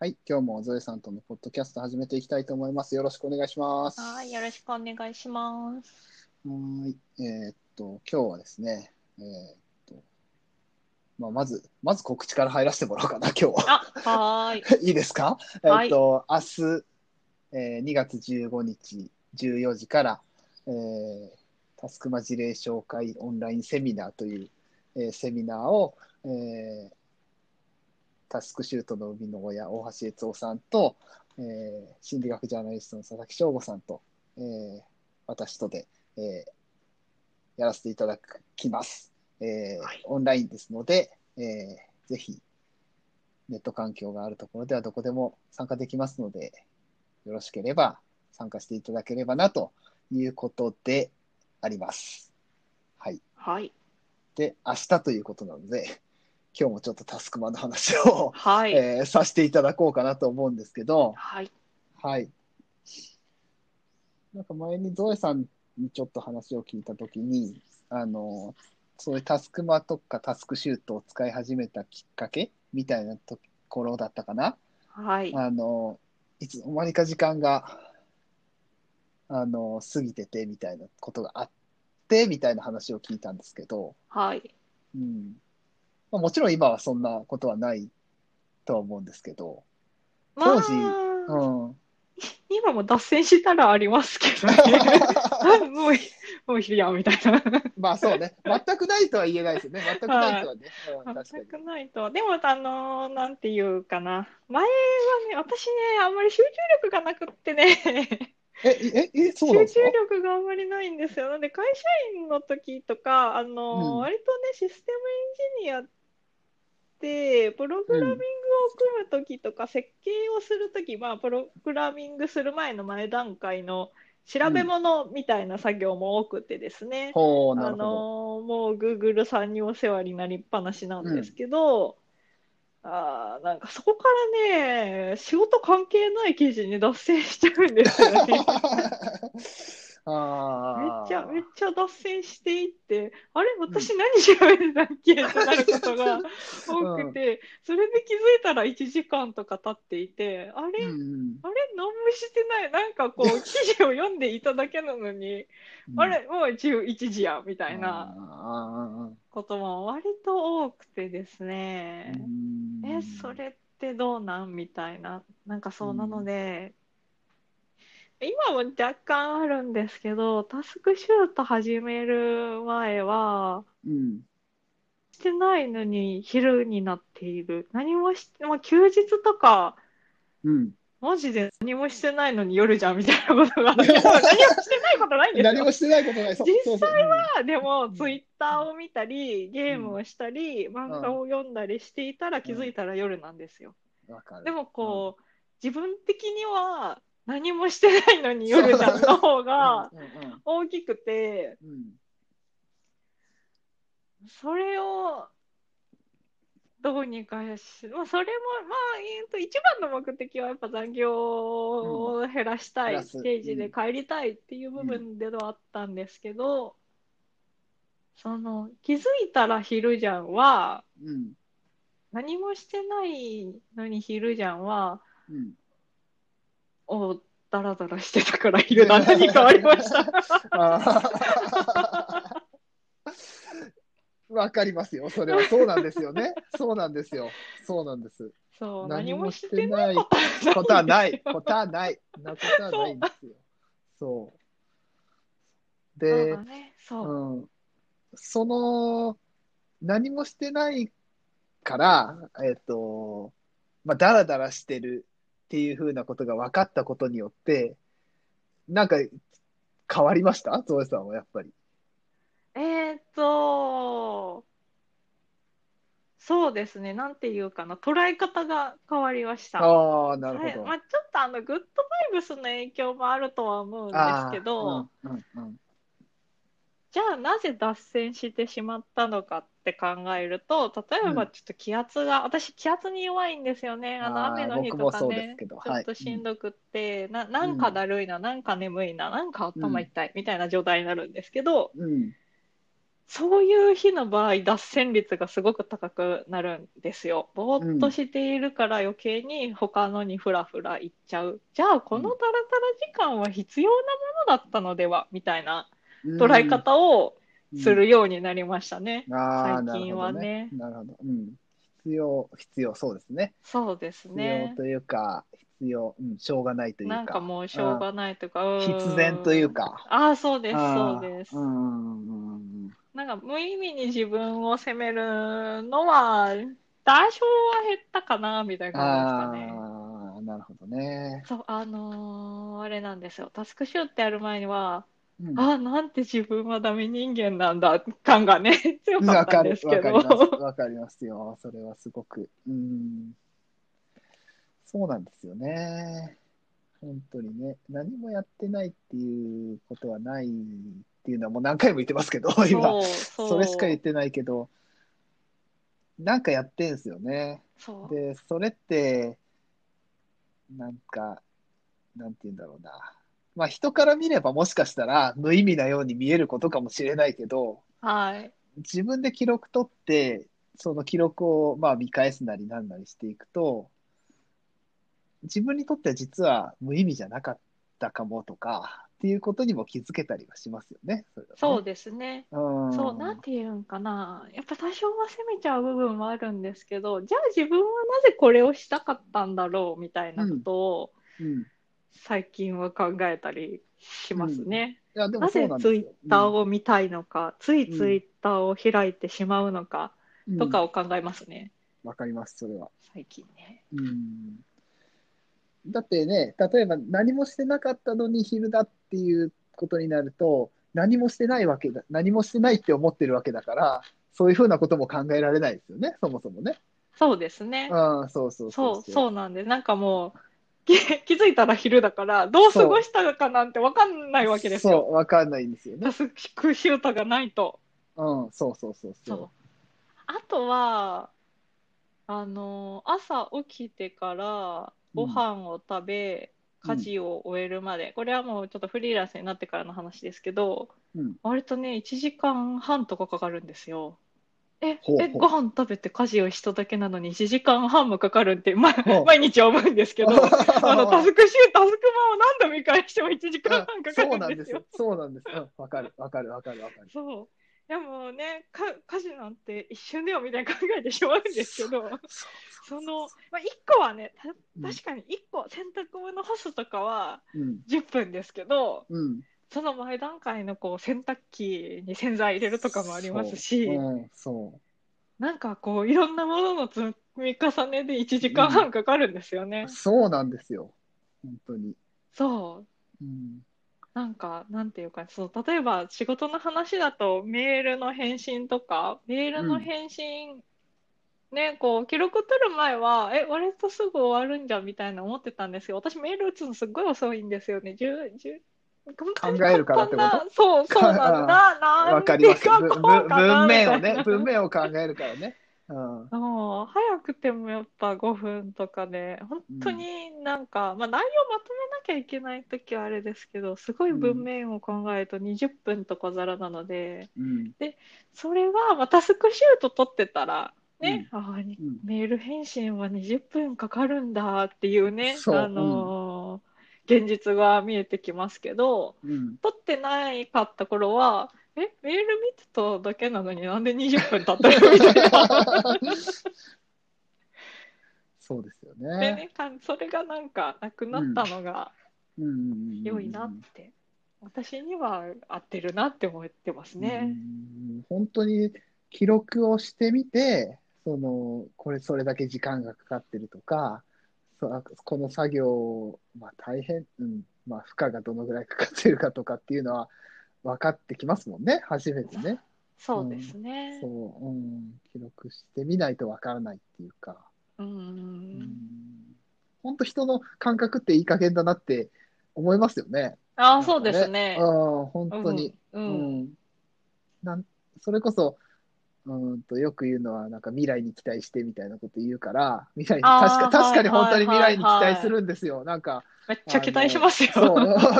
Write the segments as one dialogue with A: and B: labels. A: はい、今日もゾエさんとのポッドキャスト始めていきたいと思います。よろしくお願いします。
B: はい、よろしくお願いします。
A: はい。えーっと、今日はですね、えーっと、まあ、まず、まず告知から入らせてもらおうかな、今日は。
B: あ、は ーい。
A: いいですか、
B: はい
A: えーっと、明日、えー2月15日14時から、えータスクマ事例紹介オンラインセミナーという、えーセミナーを、えータスクシュートの生みの親、大橋悦夫さんと、えー心理学ジャーナリストの佐々木翔吾さんと、えー私とで、えーやらせていただきます。えー
B: はい
A: オンラインですので、えーぜひ、ネット環境があるところではどこでも参加できますので、よろしければ参加していただければなということであります。はい。
B: はい。
A: で、明日ということなので、今日もちょっとタスクマの話を、
B: はい。
A: えーさせていただこうかなと思うんですけど、
B: はい。
A: はい。なんか前にゾエさんにちょっと話を聞いたときに、あの、そういうタスクマとかタスクシュートを使い始めたきっかけみたいなところだったかな。
B: はい。
A: あの、いつの間にか時間が、あの、過ぎててみたいなことがあって、みたいな話を聞いたんですけど、
B: はい。
A: うん。まあ、もちろん今はそんなことはないとは思うんですけど、
B: まあ
A: 当時うん。
B: 今も脱線したらありますけ どね。もう、もういいや、みたいな。
A: まあそうね、全くないとは言えないですよね、全くないとはね、うん、確か
B: 全
A: に。
B: くないと。でも、あのーなんていうかな。前はね、私ね、あんまり集中力がなくってね。
A: え、え、え、そうなんで
B: 集
A: すか
B: 中力があんまりないんですよ。なんで、会社員の時とか、あのー
A: うん
B: 割とね、システムエンジニアって、プログラミングを組む時とか、設計をする時、まあ、プログラミングする前の前段階の調べ物みたいな作業も多くてですね。
A: ほう、な
B: あ
A: るほど。
B: のーもう Google さんにお世話になりっぱなしなんですけど、あーなんかそこからね、仕事関係ない記事に脱線しちゃうんですよね。めっ
A: ああ。
B: ちゃめっちゃ脱線していって、あれ、私何調べてたっけってなるこ とが多くて、それで気づいたら1時間とか経っていて、あれ、
A: うんうん
B: あれ、何もしてない、なんかこう、 記事を読んでいただけなのに、
A: うん
B: あれ、もう11時や、みたいな。
A: あ
B: ことも割と多くてです
A: ーあーあー
B: ね、
A: うん
B: え、それってどうなんみたいな、なんかそうなので、今も若干あるんですけど、タスクシュート始める前は、
A: うん。
B: してないのに昼になっている。何もして、まあ、休日とか、
A: うん。
B: マジで何もしてないのに夜じゃんみたいなことがあって、でも 何もしてないことないんです
A: 何
B: よ
A: も。してないことない。そう
B: 実際は
A: そうそううん
B: まあでも、ツイッターを見たり、ゲームをしたり、漫画を読んだりしていたら気づいたら夜なんですよ。
A: わかる。
B: でもこう、自分的には何もしてないのに夜じゃんの方が
A: うん、うん
B: 大きくて、
A: うんうん
B: それをどうにかし、まあそれも、まあ、えーと、一番の目的はやっぱ残業を減らした
A: 減
B: い、
A: らす
B: ステージで帰りたいっていう部分ではあったんですけど、その、気づいたら昼じゃんは、
A: うん
B: 何もしてないのに昼じゃんは、
A: うん。
B: お、だらだらしてたから昼だなに 変わりま した。
A: あーわかりますよ。それはそうなんですよね。そうなんですよ。そうなんです。
B: そう、
A: 何
B: 何
A: も
B: も
A: し
B: してて
A: な
B: ないい
A: ことはない。ことはない。なことはないんですよ。そう。
B: そう
A: で
B: だ、ね、そう。
A: うん、その、何もしてないから、えっ、と、まあ、だらだらしてるっていうふうなことが分かったことによって、なんか変わりましたゾエさんはやっぱり。
B: えーっと、そうですね、なんていうかな、捉え方が変わりました。
A: ああ、なるほ
B: はい
A: ど。
B: まあ、ちょっとあの、グッドバイブスの影響もあるとは思うんで
A: あ
B: す
A: ー
B: けど、、
A: うんうんうん
B: じゃあなぜ脱線してしまったのかって考えると、例え
A: う
B: ばちょっと気圧が、私気圧に弱いんですよね。あの
A: あー
B: 雨の日
A: 僕
B: と
A: も
B: か
A: そうで
B: ね
A: すけど、
B: ちょ
A: は
B: っ
A: い
B: としんどくって、な、なんかだるいな、なんか眠いな、なんか頭痛いみたいな状態になるんですけど、
A: うん。
B: そういう日の場合、脱線率がすごく高くなるんですよ。ぼーっとしているから余計に他のにフラフラいっちゃう。じゃあ、このタラタラ時間は必要なものだったのではみたいな捉え方をするようになりましたね。
A: うん。ああ、な
B: 最
A: る
B: 近
A: ほど
B: は
A: ね
B: ね。
A: なるほど。うん。必要、必要、そうですね。
B: そうです
A: 必要
B: ね。
A: というか、必要、うん、しょうがないというか。
B: なんかもうしょうがないとか、うーん
A: 必然という。か。
B: ああ、そうです、
A: あ
B: そ
A: あ
B: うです。
A: うんうんうんうん。
B: なんか無意味に自分を責めるのは、多少は減ったかな、みたいな感じですかね。
A: ああ、なるほどね。
B: そう、あのーあれなんですよ。タスクシューってやる前には、
A: うん
B: ああ、なんて自分はダメ人間なんだ、感がね、 強か
A: わ
B: った
A: か
B: んで
A: る、
B: す
A: わ
B: け
A: か
B: ど。
A: ります。わかりますよ。それはすごく。うん。そうなんですよね。本当にね。何もやってないっていうことはないっていうのはもう何回も言ってますけど、今。
B: そう、
A: そ
B: そう
A: れしか言ってないけど、なんかやってんすよね。
B: そう。
A: で、それって、なんか、なんて言うんだろうな。まあ人から見ればもしかしたら無意味なように見えることかもしれないけど、
B: はい。
A: 自分で記録取って、その記録をまあ見返すなりなんなりしていくと、自分にとっては実は無意味じゃなかったかもとか、っていうことにも気づけたりはしますよね。それはね
B: そうですね。
A: うん
B: そう、なんていうんかな。やっぱ多少は責めちゃう部分もあるんですけど、じゃあ自分はなぜこれをしたかったんだろうみたいなことを
A: うんい
B: 最近は考えたりしますね。
A: や、でも
B: な
A: そう
B: ぜ
A: なんですよ。
B: ツイッターを見たいのか、ついツイッターを開いてしまうのか
A: うん
B: とかを考えますね、
A: うんわかります、それは。
B: 最近ね。
A: うんだってね、例えば何もしてなかったのに昼だっていうことになると、何もしてないわけだ、何もしてないって思ってるわけだから、そういうふうなことも考えられないですよね、そもそもね。
B: そうですね。
A: ああ、そうそう
B: そう、
A: そう。
B: そうなんで、なんかもう、気気づいたら昼だから、どう過ごしたかなんてわかんないわけです
A: そ
B: よ。
A: う、わかんないんですよね。
B: タスクシュートがないと。
A: うん、そうそうそうそ。
B: そうう。あとは、あの、朝起きてから
A: うん
B: ご飯を食べ、家事を終えるまで、これはもうちょっとフリーランスになってからの話ですけど、
A: うん
B: 割とね、1時間半とかかかるんですよ。え、
A: ほうほう
B: え、ご飯食べて家事をしただけなのに1時間半もかかるって、ま
A: ほう、
B: 毎日は思うんで すけど、あの、タスクシュー、タスクマを何度見返しても1時 間半かか
A: そう
B: るん
A: なん
B: で
A: ですす
B: よ
A: よ。。そうなんですよ。うんわかる、わかる、わかる、わかる。
B: そう。でもね、か家事なんて一瞬だよみたいな考えてしまうんですけど、
A: そう
B: その、まあ、1個はね、た
A: うん
B: 確かに1個、洗濯物干すとかは
A: うん、
B: 10分ですけど、
A: うん。
B: その前段階のこう洗濯機に洗剤入れるとかもありますし、
A: そううん、そう。
B: なんかこう、いろんなものの積み重ねで1時間半かかるんですよね。
A: そうなんですよ。本当に。
B: そう。
A: うん。
B: なんか、なんていうか、その、例えば仕事の話だと、メールの返信とか、メール
A: うん
B: の返信、ね、こう、記録取る前は、え、割とすぐ終わるんじゃんみたいな思ってたんですよ。私、メール打つのすっごい遅いんですよね。じゅうじゅう
A: 考えるからってこと
B: 簡単なそう、そうなん だ。な
A: わ
B: ん
A: かりま。
B: ですか
A: ぶぶ
B: こうかな
A: 文
B: み
A: 面
B: た
A: を
B: いな
A: ね、文面を考えるからね。うん。
B: もう早くてもやっぱ5分とかで、本当になんか、まあ内容まとめなきゃいけないときはあれですけど、すごい文面を考えると20分とかざらなので、
A: うん。
B: それはまあタスクシュート取ってたら、ね、ああに
A: うん
B: メール返信は20分かかるんだっていうね、
A: そう
B: あのー現実が見えてきますけど、
A: うん。
B: 取ってないかった頃は、え、メール見てただけなのになんで20分経ってるみたいな。
A: そうですよ
B: で
A: ね。
B: ね、かんそれがなんかなくなったのが
A: うんうんうんうん。
B: 良いなって、私には合ってるなって思ってますね。
A: うん。本当に記録をしてみて、その、これ、それだけ時間がかかってるとか、そうあこの作業、まあ大変、うん、まあ負荷がどのぐらいかかってるかとかっていうのは分かってきますもんね、初めてね。
B: そうですね。
A: そう、うん、記録してみないとわからないっていうか、
B: うんうん
A: う
B: うんん。
A: 本当人の感覚っていい加減だなって思いますよね。
B: ああ、そうですね。
A: うん、本当に。
B: う。
A: うん
B: うん。
A: ん。なん、それこそ、うんとよく言うのは、なんか未来に期待してみたいなこと言うから、未来に、
B: あー
A: 確か、確かに
B: はい
A: 本当に未来に期
B: はいはい
A: 待するんですよ。なんか、
B: めっちゃ期待しますよ。
A: そ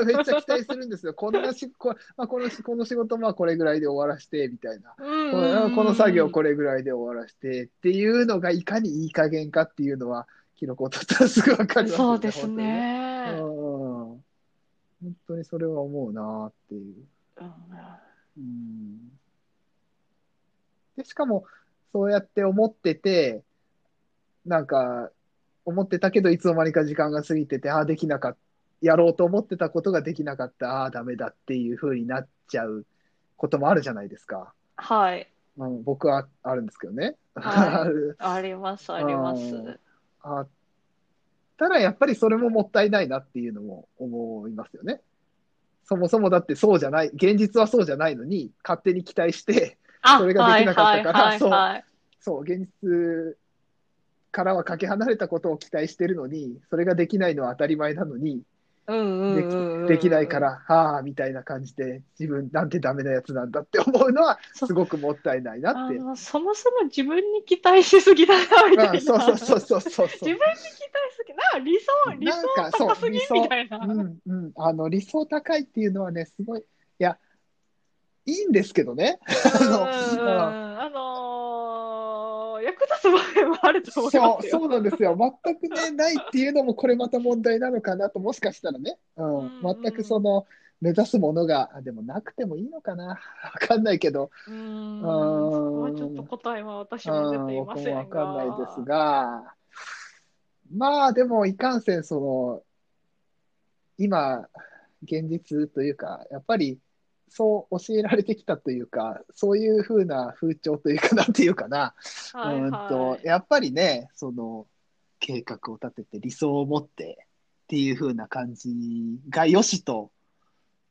A: う、 めっちゃ期待するんですよ。こんなしこ、まあ、このしこの仕事、まあこれぐらいで終わらして、みたいな。
B: うん
A: こ
B: うんう
A: の
B: ん
A: この作業、これぐらいで終わらして、っていうのがいかにいい加減かっていうのは、記録を取ったらすぐわかるわけ
B: そうです
A: ね。本当にねう
B: ね。
A: ん本当にそれは思うなっていう。うんで、しかも、そうやって思ってて、なんか、思ってたけど、いつの間にか時間が過ぎてて、ああ、できなかった、やろうと思ってたことができなかった、ああ、ダメだっていう風になっちゃうこともあるじゃないですか。
B: はい。
A: うん、僕はあるんですけどね。
B: はい
A: ある
B: あります、あります。
A: うん あったら、やっぱりそれももったいないなっていうのも思いますよね。そもそもだってそうじゃない、現実はそうじゃないのに、勝手に期待して、
B: あ、
A: それができなかったから
B: はいはいはいはい
A: そう、現実からはかけ離れたことを期待してるのに、それができないのは当たり前なのに、
B: うんうんうんうん
A: できないか。ら、ああ、みたいな感じで、自分なんてダメなやつなんだって思うのは、
B: そう
A: すごくもったいないな
B: あ
A: って。
B: のそもそも自分に期待しすぎだな、みたい
A: うん
B: な。
A: そうそうそう
B: う。
A: そうそう
B: 自分に期待しすぎ。なんか理想、理想
A: なんかそう
B: 高すぎ
A: 理想
B: みたいな。
A: うんうん、あの理想高いっていうのはね、すごい、いや、いいんですけどね、
B: うんうんうんあのー役立つ場合もあると思い
A: そ
B: ま
A: う
B: す
A: そ
B: よ。
A: うなんですよ、全くね、ないっていうのも、これまた問題なのかなと、もしかしたらね、う
B: うんうん
A: ん、全くその目指すものが、あでもなくてもいいのかな、わかんないけど、
B: うーん
A: ん
B: そこはちょっと答えは私も出ていま
A: 僕
B: せん
A: も
B: が。
A: わかんないですが、まあでも、いかんせん、その、今、現実というか、やっぱり、そう教えられてきたというか、そういう風な風潮というか、なんていうかな、
B: はいはいう
A: ーんと、やっぱりね、その、計画を立てて理想を持ってっていう風な感じが良しと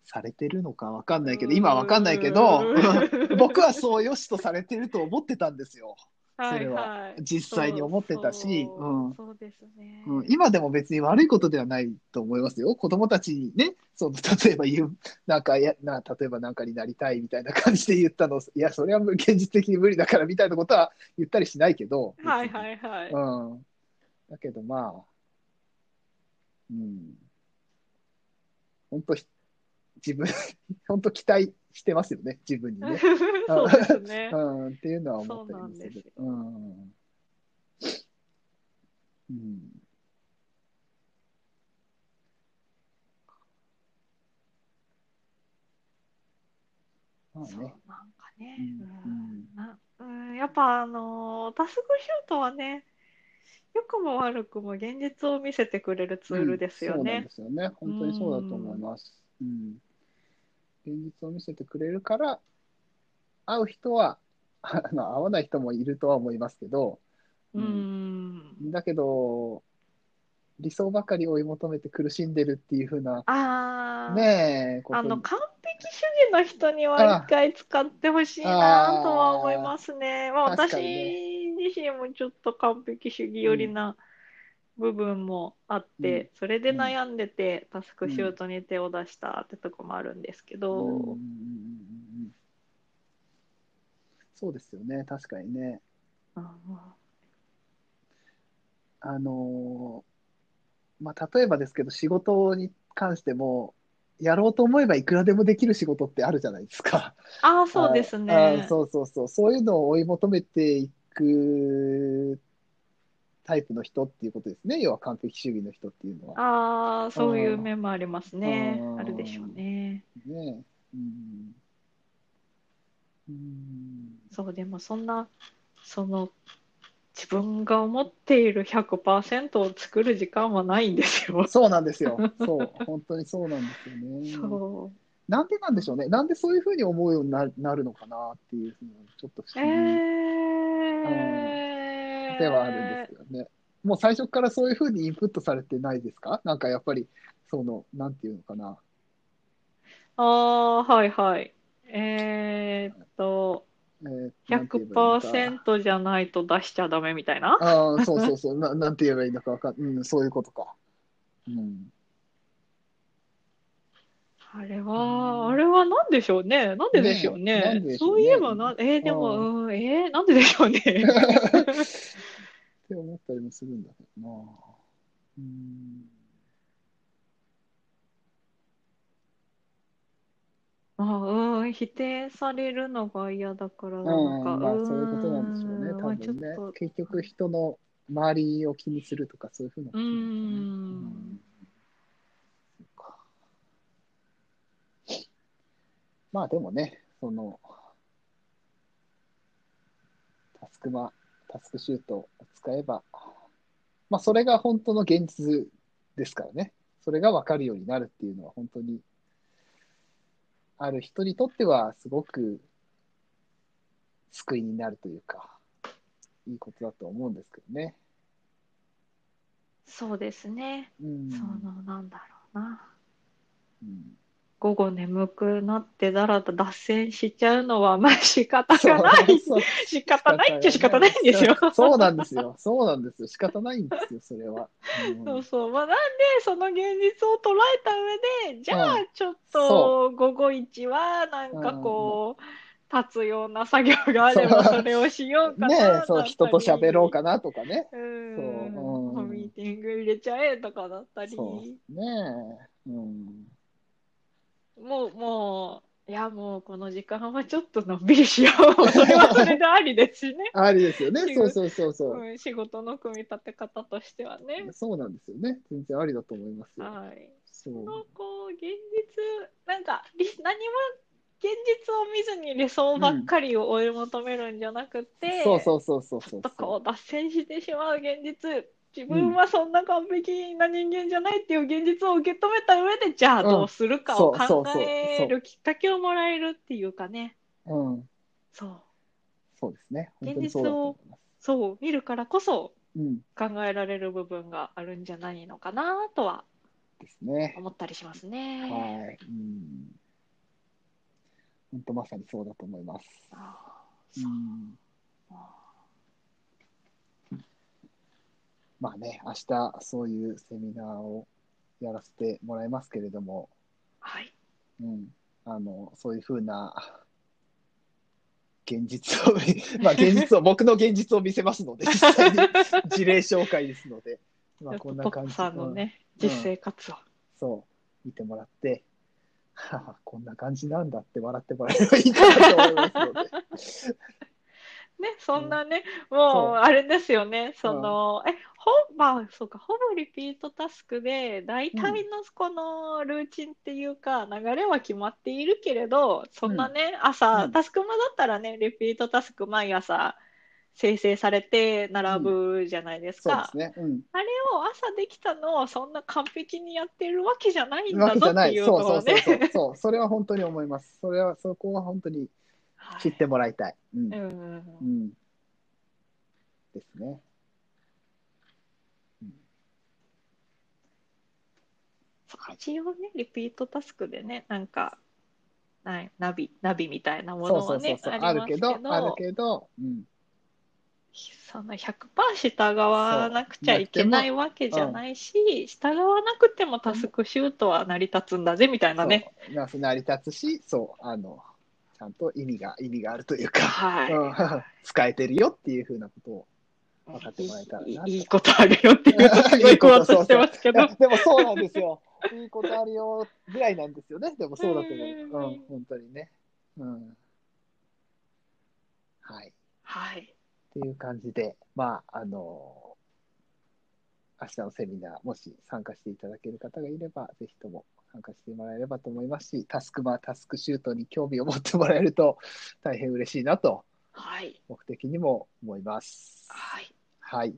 A: されてるのかわかんないけど、今はわかんないけど、
B: うーん
A: 僕はそう良しとされてると思ってたんですよ。
B: は
A: そ
B: い
A: れは
B: はい、
A: 実際に思ってたし、
B: そううんそうですね。
A: うん、今でも別に悪いことではないと思いますよ。子供たちにね、その例えば言う、なんかやな、例えばなんかになりたいみたいな感じで言ったの、いや、それは現実的に無理だからみたいなことは言ったりしないけど、
B: はい
A: い。
B: はいはい。
A: うん。だけどまあ、うん。本当、自分、 本当期待してますよね、自分にね。
B: そうですね。
A: うん、っていうのは思ったりもする。
B: そう
A: うん。うん。ま
B: そ
A: あ
B: うなん
A: ね
B: か。ね。
A: う
B: うんんなうん、やっぱあのータスクシュートはね、良くも悪くも現実を見せてくれるツールですよ
A: うんそうなん
B: ね
A: で。すよね。本当にそうだと思います。うん。現実を見せてくれるから、会う人は、あの、会わない人もいるとは思いますけど、
B: うん。
A: だけど、理想ばかり追い求めて苦しんでるっていう風な、
B: ああ、
A: ねえ、こと
B: あ
A: に
B: の完璧主義の人には一回使ってほしいなとは思いますね。まあ、
A: 確
B: 私
A: かに
B: 自身もちょっと完璧主義寄りな部分もあって、それで悩んでてタスクシュートに手を出したってとこもあるんですけ
A: うんうんうんうん
B: ど、
A: うんそうですよね、確かにね。あのーまあ、例えばですけど、仕事に関しても、やろうと思えばいくらでもできる仕事ってあるじゃないですか。
B: ああ、 そうですね。
A: ああそうそうそう、そういうのを追い求めていくタイプの人っていうことですね、要は完璧主義の人っていうのは。
B: ああ、そういう面もありますね
A: う。ん
B: あるでしょうね。
A: ねえ。うん。うん。
B: そう、でもそんな、その、自分が思っている100%を作る時間はないんですよ。
A: そうなんです よ。そう。本当にそうなんですよね。
B: そ
A: なんでなんでしょうね。なんでそういうふうに思うようにななるのかなっていうふうに、ちょっと不
B: う。
A: 思議
B: えー。
A: ではあるんですよね。もう最初からそういうふうにインプットされてないですかなんかやっぱり、その、なんていうのかな。
B: ああ、はいはい。えーっと、
A: えー、なんて言えばいいのか
B: 100%じゃないと出しちゃダメみたいな。
A: ああ、そうそうそう。ななんて言えばいいのかわかんうん、そういうことか。うん。
B: あれ
A: うん
B: は、あれはなんでしょうね。なんででしょう
A: ねえなんで
B: ね。
A: でしょう
B: そう
A: ね
B: いえばな、えーでも、うん、えーなんででしょうね。
A: って思ったりもするんだけどな。うん。
B: あうん、否定されるのが嫌だから、なんか、
A: うん、まあそういうことなんでしょうね、
B: ん
A: 多分ね
B: まあ、ちょっと、
A: 結局人の周りを気にするとかそういうふうなこと
B: う
A: なんですかねそっ
B: ん。
A: かまあでもね、その、タスクマ、タスクシュートを使えば、まあそれが本当の現実ですからね。それが分かるようになるっていうのは本当に、ある人にとってはすごく救いになるというか、いいことだと思うんですけどね。
B: そうですね。
A: うん。
B: その、なんだろうな。
A: うん
B: 午後眠くなってだらだ脱線しちゃうのは、まあ仕方
A: そう
B: がない。
A: そう
B: 仕方ないっちゃ仕方ないんですよ。
A: そうなんですよ。そうなんですよ。仕方ないんですよ、それは。うん
B: そうそう。まあ、なんで、その現実を捉えた上で、じゃあ
A: う、
B: ちょっ
A: そ
B: と、午後一は、なんかこう、立つような作業があれば、
A: そう
B: それをしようかな。
A: ね
B: だ
A: え、
B: った
A: そう、
B: り
A: 人と喋ろう。かなとかね。
B: うん。
A: そううん
B: コミュニティング入れちゃえとかだったり、
A: そう。ねえ。うん。
B: もう、もう、いや、もう、この時間はちょっとのんびりしよう。それはそれでありですしね。
A: ありですよね。
B: 違
A: そう
B: う
A: そうそうそう。
B: うん、仕事の組み立て方としてはね。
A: そうなんですよね。全然ありだと思いますよ。
B: はい。
A: そう。
B: こう現実なんか理何も現実を見ずに理想ばっかりを追い求めるんじゃなくて、
A: そうそうそうそうそう
B: ちょっとこう脱線してしまう現実自分はそんな完璧な人間じゃないっていう現実を受け止めた上でじゃあどうするかを
A: うんそうそ
B: 考
A: うそう
B: えるきっかけをもらえるっていうかね
A: うん。
B: そう
A: そうですね。本当にそうだと思います。
B: そう見るからこそ
A: うん。
B: 考えられる部分があるんじゃないのかなとは
A: ですね。
B: 思ったりしますね。
A: はい。うん。本当まさにそうだと思います。
B: あ
A: う。
B: ーそうん
A: まあね、明日そういうセミナーをやらせてもらいますけれども、
B: はい
A: うん、あのそういうふうな現実を、 まあ、現実 を、僕の現実を見せますので、実際に事例紹介ですので、まあ、こんな感じ
B: ポップさんのね、
A: うん
B: 実生活を。
A: うんそう、見てもらって、ははこんな感じなんだって笑ってもらえればいいかなと思います ので。
B: ね、そんなね、もう、あれですよね、その、え、ほ、まあ、そうか、ほぼリピートタスクで、大体のこのルーチンっていうか、流れは決まっているけれど、そんなね、朝、
A: うん
B: タスクマだったらね、リピートタスク毎朝、生成されて並ぶじゃないです
A: そう
B: か。
A: ですね。うん。
B: あれを朝できたのをそんな完璧にやってるわけじゃないん
A: わ
B: だ
A: けじ
B: ぞ
A: ゃ
B: っ
A: な
B: て
A: い。
B: いう
A: そう
B: の
A: そ
B: を
A: うそうそ
B: ね。
A: う。 そう、それは本当に思います。それは、そこは本当に 知ってもらいたい。うん。
B: はいうん
A: うん。ですね。うんはい
B: 一応ね、リピートタスクでね、なんか、ないナビ、ナビみたいなも
A: そ
B: の
A: うそ
B: は
A: うそう
B: ね、
A: そう、
B: あ
A: あ
B: り
A: る
B: ます
A: け
B: け
A: ど、
B: ど、
A: あるけど、うん、
B: その100%従わなくちゃいけないわけじゃないし、従わなくてもタスクシュートは成り立つんだぜみたいなね。
A: そう、な成り立つし、そう、あの、ちゃんと意味が、意味があるというか、
B: はい。
A: うん 使えてるよっていうふうなことを。分かってもらえたらない
B: いいいことあるよっていうとす ごいふわっとしてますけ
A: いや
B: ど。
A: でもそうなんですよ。いいことあるよぐらいなんですよね。でもそうだと思
B: うん
A: う。うん、本当にね。うん。はい。
B: はい。
A: っていう感じで、まあ、あの、明日のセミナー、もし参加していただける方がいれば、ぜひとも参加してもらえればと思いますし、タスクマ、タスクシュートに興味を持ってもらえると、大変嬉しいなと、
B: はい。
A: 僕的にも思います。
B: はい。
A: はい。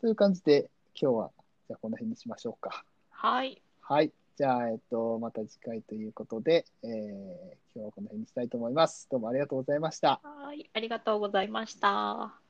A: という感じで、今日は、じゃあこの辺にしましょうか。
B: はい。
A: はい。じゃあ、えっと、また次回ということで、えー今日はこの辺にしたいと思います。どうもありがとうございました。
B: はい。ありがとうございました。